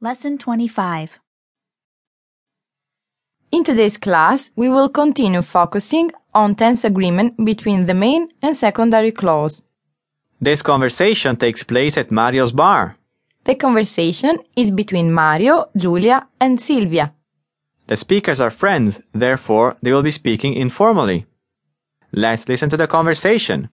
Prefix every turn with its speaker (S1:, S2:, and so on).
S1: Lesson 25.
S2: In today's class, we will continue focusing on tense agreement between the main and secondary clause.
S3: This conversation takes place at Mario's bar.
S2: The conversation is between Mario, Giulia, and Silvia.
S3: The speakers are friends, therefore, they will be speaking informally. Let's listen to the conversation.